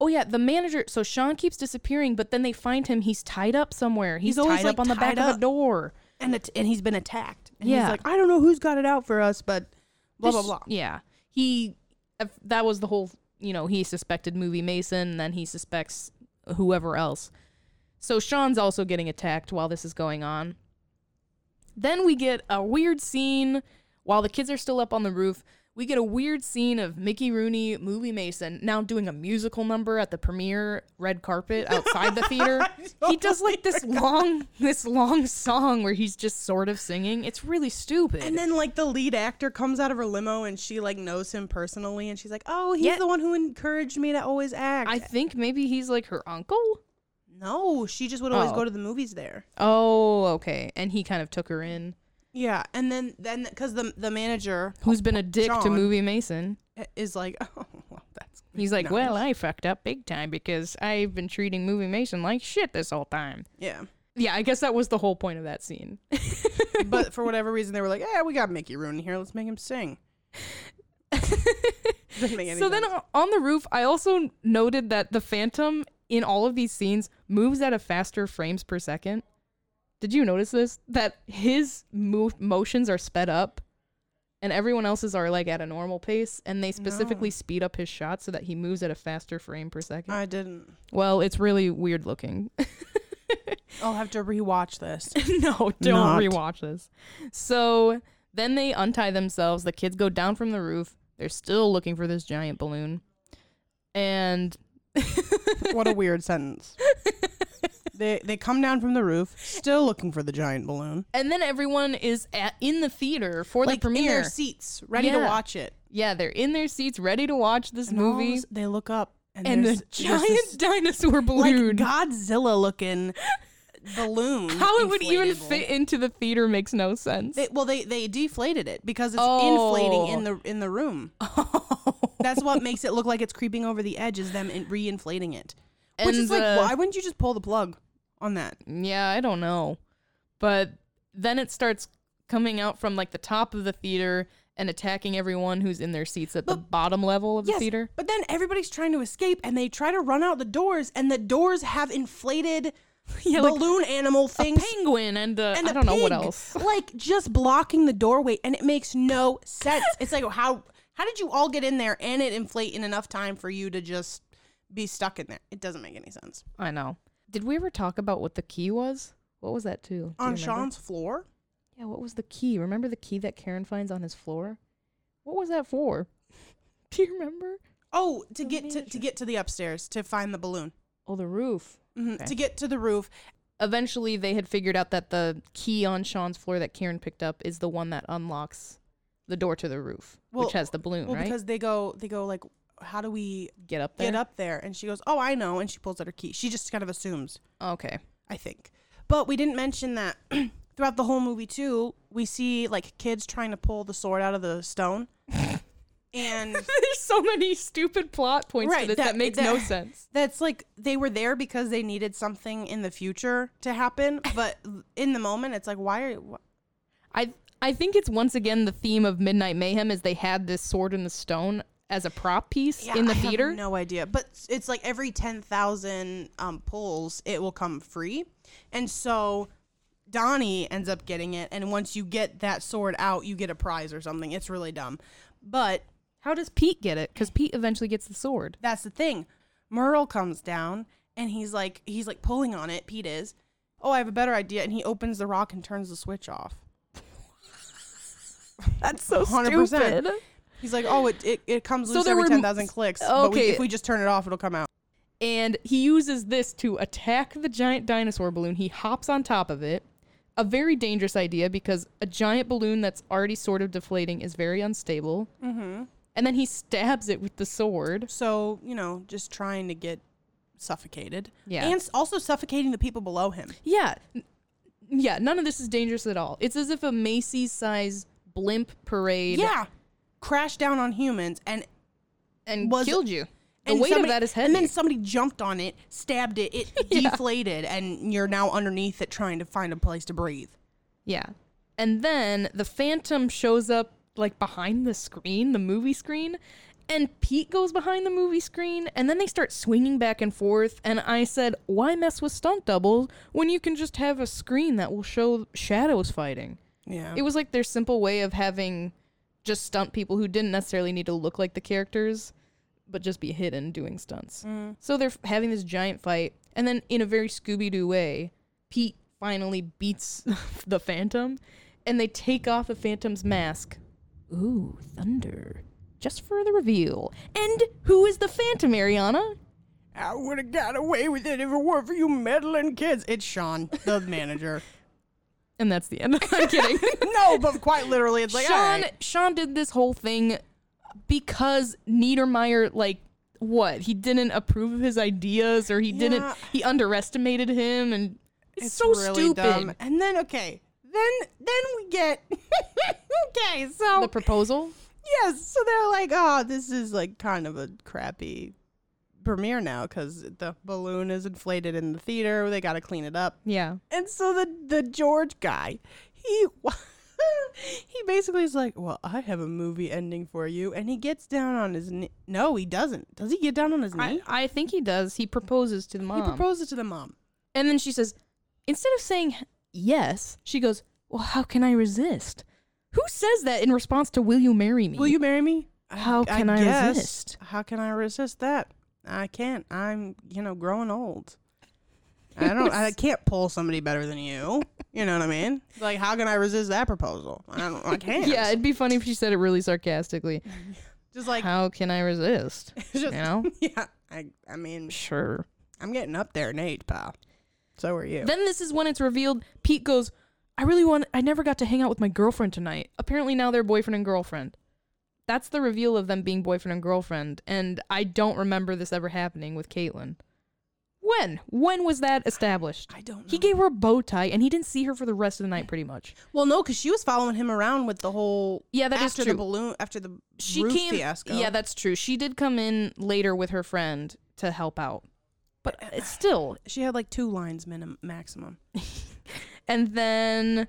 Speaker 1: Oh yeah, the manager. So Sean keeps disappearing, but then they find him. He's tied up somewhere. He's,
Speaker 2: He's always,
Speaker 1: tied up
Speaker 2: like,
Speaker 1: on the back
Speaker 2: tied
Speaker 1: of a
Speaker 2: up.
Speaker 1: door.
Speaker 2: and it, and he's been attacked. And
Speaker 1: Yeah.
Speaker 2: he's like, I don't know who's got it out for us, but blah blah
Speaker 1: This-
Speaker 2: blah.
Speaker 1: Yeah, he. if- That was the whole. You know, he suspected Movie Mason, and then he suspects whoever else. So Sean's also getting attacked while this is going on. Then we get a weird scene while the kids are still up on the roof. We get a weird scene of Mickey Rooney, Movie Mason, now doing a musical number at the premiere red carpet outside the theater. he does like this long, this long song where he's just sort of singing. It's really stupid.
Speaker 2: And then like the lead actor comes out of her limo and she like knows him personally and she's like, "Oh, he's
Speaker 1: Yeah.
Speaker 2: the one who encouraged me to always act."
Speaker 1: I think maybe he's like her uncle.
Speaker 2: no, she just would always
Speaker 1: Oh.
Speaker 2: go to the movies there.
Speaker 1: Oh, okay. And he kind of took her in.
Speaker 2: Yeah, and then then cuz the the manager
Speaker 1: Who's been a dick to
Speaker 2: Sean.
Speaker 1: Movie Mason?
Speaker 2: is like, "Oh, well, that's
Speaker 1: He's like,
Speaker 2: nice."
Speaker 1: well, I fucked up big time because I've been treating Movie Mason like shit this whole time.
Speaker 2: Yeah.
Speaker 1: Yeah, I guess that was the whole point of that scene.
Speaker 2: But for whatever reason they were like, "Yeah, we got Mickey Rooney here. Let's make him sing." Doesn't make any
Speaker 1: so then
Speaker 2: sense.
Speaker 1: o- on the roof, I also noted that the Phantom in all of these scenes moves at a faster frames per second. Did you notice this? That his mo- motions are sped up and everyone else's are like at a normal pace and they specifically speed up his shot so that he moves at a faster frame per second.
Speaker 2: I didn't.
Speaker 1: well, it's really weird looking.
Speaker 2: I'll have to rewatch this.
Speaker 1: no, don't
Speaker 2: Not.
Speaker 1: rewatch this. So then they untie themselves. The kids go down from the roof. They're still looking for this giant balloon. And
Speaker 2: what a weird sentence. They they come down from the roof, still looking for the giant balloon.
Speaker 1: and then everyone is at, in the theater for the premiere.
Speaker 2: in their seats, ready to
Speaker 1: Yeah.
Speaker 2: watch it.
Speaker 1: yeah, they're in their seats ready to watch this
Speaker 2: And all of a
Speaker 1: movie.
Speaker 2: s- they look up and,
Speaker 1: and
Speaker 2: there's,
Speaker 1: the
Speaker 2: there's
Speaker 1: giant
Speaker 2: this,
Speaker 1: dinosaur
Speaker 2: like
Speaker 1: balloon.
Speaker 2: Godzilla looking balloon.
Speaker 1: How it would even
Speaker 2: inflatable.
Speaker 1: fit into the theater makes no sense.
Speaker 2: They, well, they they deflated it because it's
Speaker 1: Oh.
Speaker 2: inflating in the in the room. That's what makes it look like it's creeping over the edge is them in, re-inflating it. Which
Speaker 1: And
Speaker 2: is like,
Speaker 1: the-
Speaker 2: why wouldn't you just pull the plug on that?
Speaker 1: Yeah, I don't know. But then it starts coming out from like the top of the theater and attacking everyone who's in their seats at the bottom level of the theater.
Speaker 2: But then everybody's trying to escape and they try to run out the doors and the doors have inflated
Speaker 1: like
Speaker 2: balloon animal things.
Speaker 1: Penguin and, uh,
Speaker 2: and
Speaker 1: I
Speaker 2: a
Speaker 1: don't know what
Speaker 2: pig,
Speaker 1: else.
Speaker 2: Like just blocking the doorway and it makes no sense. it's like how how did you all get in there and it inflate in enough time for you to just be stuck in there? It doesn't make any sense.
Speaker 1: I know. Did we ever talk about what the key was? What was that too? Do you
Speaker 2: On
Speaker 1: remember?
Speaker 2: Sean's floor?
Speaker 1: Yeah, what was the key? Remember the key that Karen finds on his floor? What was that for? Do you remember?
Speaker 2: Oh, to get to, to get to the upstairs to find the balloon.
Speaker 1: Oh, the roof.
Speaker 2: Mhm,
Speaker 1: Okay.
Speaker 2: To get to the roof.
Speaker 1: Eventually, they had figured out that the key on Sean's floor that Karen picked up is the one that unlocks the door to the roof,
Speaker 2: Well-
Speaker 1: which has the balloon,
Speaker 2: Well,
Speaker 1: right?
Speaker 2: because they go they go like how do we
Speaker 1: get up there.
Speaker 2: get up there? And she goes, "Oh, I know." And she pulls out her key. She just kind of assumes,
Speaker 1: Okay.
Speaker 2: I think. But we didn't mention that throughout the whole movie too. We see like kids trying to pull the sword out of the stone, and
Speaker 1: There's so many stupid plot points to
Speaker 2: Right,
Speaker 1: this that,
Speaker 2: that-
Speaker 1: makes
Speaker 2: that-
Speaker 1: no sense.
Speaker 2: that's like they were there because they needed something in the future to happen. But in the moment, it's like, why are you?
Speaker 1: I I think it's once again the theme of Midnight Mayhem is they had this sword in the stone as a prop piece
Speaker 2: Yeah,
Speaker 1: in the
Speaker 2: I have
Speaker 1: theater.
Speaker 2: no idea. But it's like every 10,000 um, pulls, it will come free. And so Donnie ends up getting it. And once you get that sword out, you get a prize or something. It's really dumb. But
Speaker 1: How does Pete get it? Because Pete eventually gets the sword.
Speaker 2: that's the thing. Merle comes down and he's like, he's like pulling on it. Pete is. Oh, I have a better idea. And he opens the rock and turns the switch off.
Speaker 1: That's so
Speaker 2: 100%. He's like, oh, it, it, it comes
Speaker 1: So
Speaker 2: loose
Speaker 1: there
Speaker 2: every
Speaker 1: were m-
Speaker 2: 10,000 clicks. But we,
Speaker 1: okay.
Speaker 2: if we just turn it off, it'll come out.
Speaker 1: And he uses this to attack the giant dinosaur balloon. He hops on top of it. A very dangerous idea because a giant balloon that's already sort of deflating is very unstable. Mm-hmm. And then he stabs it with the sword.
Speaker 2: So, you know, just trying to get suffocated.
Speaker 1: Yeah.
Speaker 2: And s- also suffocating the people below him.
Speaker 1: Yeah. N- Yeah, none of this is dangerous at all. It's as if a Macy's size blimp parade
Speaker 2: Yeah. Crashed down on humans and
Speaker 1: and
Speaker 2: Was-
Speaker 1: killed you. The
Speaker 2: and
Speaker 1: weight
Speaker 2: somebody-
Speaker 1: of that is heavy.
Speaker 2: And then somebody jumped on it, stabbed it, it deflated, and you're now underneath it trying to find a place to breathe.
Speaker 1: yeah. And then the phantom shows up like behind the screen, the movie screen, and Pete goes behind the movie screen and then they start swinging back and forth and I said, "Why mess with stunt doubles when you can just have a screen that will show shadows fighting?"
Speaker 2: Yeah.
Speaker 1: It was like their simple way of having just stunt people who didn't necessarily need to look like the characters, but just be hidden doing stunts. So they're f- having this giant fight, And then in a very Scooby Doo way, Pete finally beats the Phantom and they take off the Phantom's mask. Ooh, thunder. Just for the reveal. And who is the Phantom, Ariana?
Speaker 2: I would have got away with it if it weren't for you meddling kids. It's Sean, the manager.
Speaker 1: And that's the end. I'm kidding.
Speaker 2: No, but quite literally, it's like,
Speaker 1: Sean
Speaker 2: alright.
Speaker 1: Sean did this whole thing because Niedermeyer like what? He didn't approve of his ideas or he
Speaker 2: Yeah.
Speaker 1: didn't he underestimated him and it's, so stupid.
Speaker 2: And then okay, then then we get okay. So
Speaker 1: The proposal?
Speaker 2: yes, so they're like, oh, this is like kind of a crappy premiere now because the balloon is inflated in the theater. They got to clean it up.
Speaker 1: Yeah.
Speaker 2: And so the the George guy, he he basically is like, "Well, I have a movie ending for you." And he gets down on his knee. No, he doesn't. Does he get down on his
Speaker 1: I,
Speaker 2: knee?
Speaker 1: I think he does. He proposes to the mom.
Speaker 2: he proposes to the mom.
Speaker 1: and then she says, instead of saying yes, she goes, Well, how can I resist? Who says that in response to Will you marry me?
Speaker 2: Will you marry me?
Speaker 1: How can I
Speaker 2: guess.
Speaker 1: resist?
Speaker 2: How can I resist that? I can't. I'm, you know, growing old. I don't. I can't pull somebody better than you. You know what I mean? Like, how can I resist that proposal? I don't. I can't.
Speaker 1: Yeah, it'd be funny if she said it really sarcastically.
Speaker 2: Just like,
Speaker 1: How can I resist? You
Speaker 2: just,
Speaker 1: know?
Speaker 2: yeah. I. I mean,
Speaker 1: Sure.
Speaker 2: I'm getting up there in age, pal. So are you.
Speaker 1: Then this is when it's revealed Pete goes, I really want I never got to hang out with my girlfriend tonight. Apparently now they're boyfriend and girlfriend. That's the reveal of them being boyfriend and girlfriend, and I don't remember this ever happening with Caitlin. When? When was that established?
Speaker 2: I don't know.
Speaker 1: He gave her a bow tie and he didn't see her for the rest of the night pretty much.
Speaker 2: well, no, because she was following him around with the whole.
Speaker 1: Yeah, that is
Speaker 2: after
Speaker 1: true.
Speaker 2: the balloon, after the
Speaker 1: She
Speaker 2: roof
Speaker 1: came
Speaker 2: fiasco.
Speaker 1: Yeah, that's true. She did come in later with her friend to help out. But it's still
Speaker 2: she had like two lines minimum maximum.
Speaker 1: And then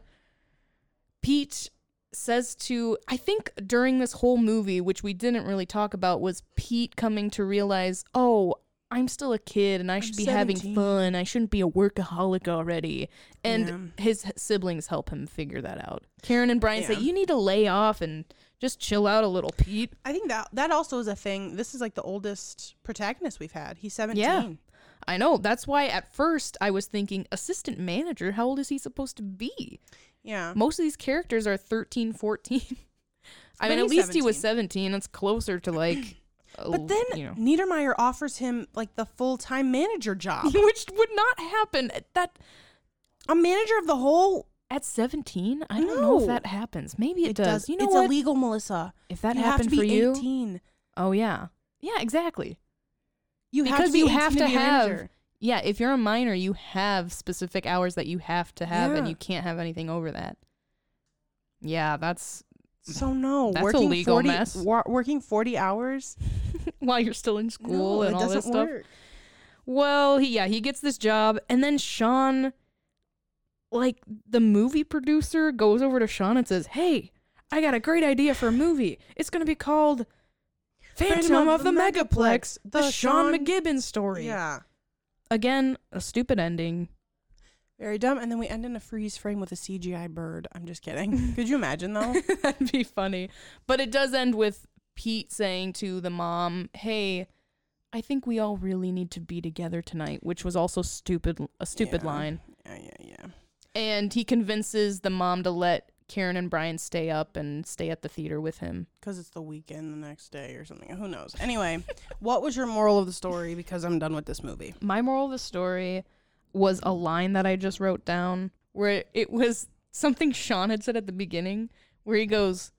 Speaker 1: Pete says to, I think during this whole movie, which we didn't really talk about, was Pete coming to realize, oh, I'm still a kid and I should be having
Speaker 2: 17."
Speaker 1: fun. I shouldn't be a workaholic already. And
Speaker 2: Yeah.
Speaker 1: his siblings help him figure that out. Karen and Brian say,
Speaker 2: Yeah.
Speaker 1: you need to lay off and just chill out a little, Pete.
Speaker 2: I think that that also is a thing. This is like the oldest protagonist we've had. He's 17.
Speaker 1: Yeah. I know. That's why at first I was thinking, assistant manager, how old is he supposed to be?
Speaker 2: Yeah.
Speaker 1: most of these characters are 13 14 i
Speaker 2: But
Speaker 1: mean at
Speaker 2: he's
Speaker 1: least he was 17 that's closer to like
Speaker 2: But then
Speaker 1: you know
Speaker 2: Niedermeyer offers him like the full-time manager job.
Speaker 1: which would not happen at that
Speaker 2: a manager of the whole
Speaker 1: at 17 i don't know if
Speaker 2: No.
Speaker 1: that happens maybe it,
Speaker 2: It
Speaker 1: does. you know
Speaker 2: it's
Speaker 1: what
Speaker 2: illegal, Melissa.
Speaker 1: if that
Speaker 2: you
Speaker 1: happened
Speaker 2: have to
Speaker 1: for
Speaker 2: be
Speaker 1: you
Speaker 2: 18.
Speaker 1: oh yeah yeah exactly
Speaker 2: You have
Speaker 1: because
Speaker 2: to be
Speaker 1: you
Speaker 2: 18
Speaker 1: have
Speaker 2: to,
Speaker 1: to
Speaker 2: be a
Speaker 1: have
Speaker 2: manager.
Speaker 1: yeah if you're a minor you have specific hours that you have to have and
Speaker 2: Yeah.
Speaker 1: you can't have anything over that yeah that's
Speaker 2: So no,
Speaker 1: That's a
Speaker 2: working
Speaker 1: legal
Speaker 2: 40,
Speaker 1: mess.
Speaker 2: wa- working 40 hours
Speaker 1: while you're still in school
Speaker 2: No,
Speaker 1: and
Speaker 2: it
Speaker 1: all this
Speaker 2: doesn't
Speaker 1: stuff
Speaker 2: work.
Speaker 1: Well, he, yeah, he gets this job, and then Sean, like the movie producer, goes over to Sean and says, "Hey, I got a great idea for a movie. It's gonna be called Phantom, of, the, Megaplex: The, Sean, McGibbon Story."
Speaker 2: Yeah.
Speaker 1: Again, a stupid ending.
Speaker 2: Very dumb. And then we end in a freeze frame with a CGI bird. I'm just kidding. Could you imagine though?
Speaker 1: Oh. That'd be funny, but it does end with Pete saying to the mom, "Hey." I think we all really need to be together tonight, which was also stupid a stupid
Speaker 2: Yeah.
Speaker 1: line.
Speaker 2: yeah, yeah, yeah.
Speaker 1: and he convinces the mom to let Karen and Brian stay up and stay at the theater with him.
Speaker 2: Because it's the weekend the next day or something. Who knows? Anyway, what was your moral of the story? Because I'm done with this movie.
Speaker 1: My moral of the story was a line that I just wrote down where it was something Sean had said at the beginning where he goes,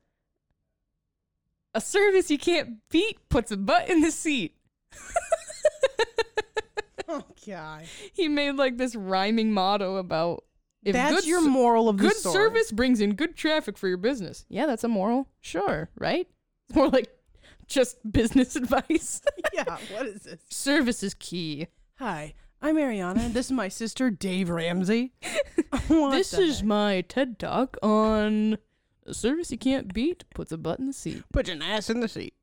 Speaker 1: A service you can't beat puts a butt in the seat.
Speaker 2: Oh God.
Speaker 1: He made like this rhyming motto about if
Speaker 2: That's
Speaker 1: good
Speaker 2: your
Speaker 1: s-
Speaker 2: moral of the
Speaker 1: good
Speaker 2: story.
Speaker 1: service brings in good traffic for your business. Yeah, that's a moral. Sure, right? It's more like just business advice.
Speaker 2: yeah. What is this?
Speaker 1: Service is key.
Speaker 2: Hi, I'm Ariana. and This is my sister Dave Ramsey. What
Speaker 1: this
Speaker 2: the
Speaker 1: is
Speaker 2: heck?
Speaker 1: my TED talk on a service you can't beat puts a butt in the seat.
Speaker 2: put your ass in the seat.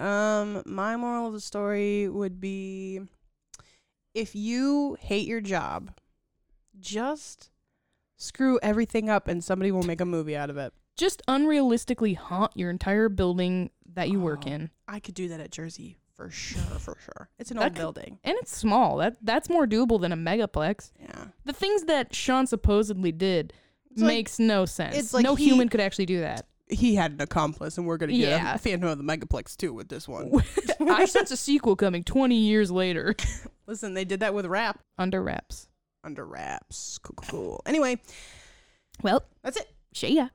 Speaker 2: um, my moral of the story would be: if you hate your job, just screw everything up, and somebody will make a movie out of it.
Speaker 1: Just unrealistically haunt your entire building that you work
Speaker 2: Oh.
Speaker 1: in.
Speaker 2: I could do that at Jersey for sure, for sure. It's an
Speaker 1: That
Speaker 2: old
Speaker 1: could-
Speaker 2: building.
Speaker 1: And it's small. That that's more doable than a megaplex.
Speaker 2: Yeah.
Speaker 1: The things that Sean supposedly did
Speaker 2: It's like-
Speaker 1: makes no sense.
Speaker 2: it's like
Speaker 1: no
Speaker 2: he-
Speaker 1: human could actually do that.
Speaker 2: He had an accomplice, and we're going to get
Speaker 1: Yeah.
Speaker 2: a Phantom of the Megaplex too with this one.
Speaker 1: I sense a sequel coming 20 years later.
Speaker 2: Listen, they did that with rap.
Speaker 1: Under wraps.
Speaker 2: Under wraps. Cool, cool, cool. Anyway,
Speaker 1: Well,
Speaker 2: that's it.
Speaker 1: see ya.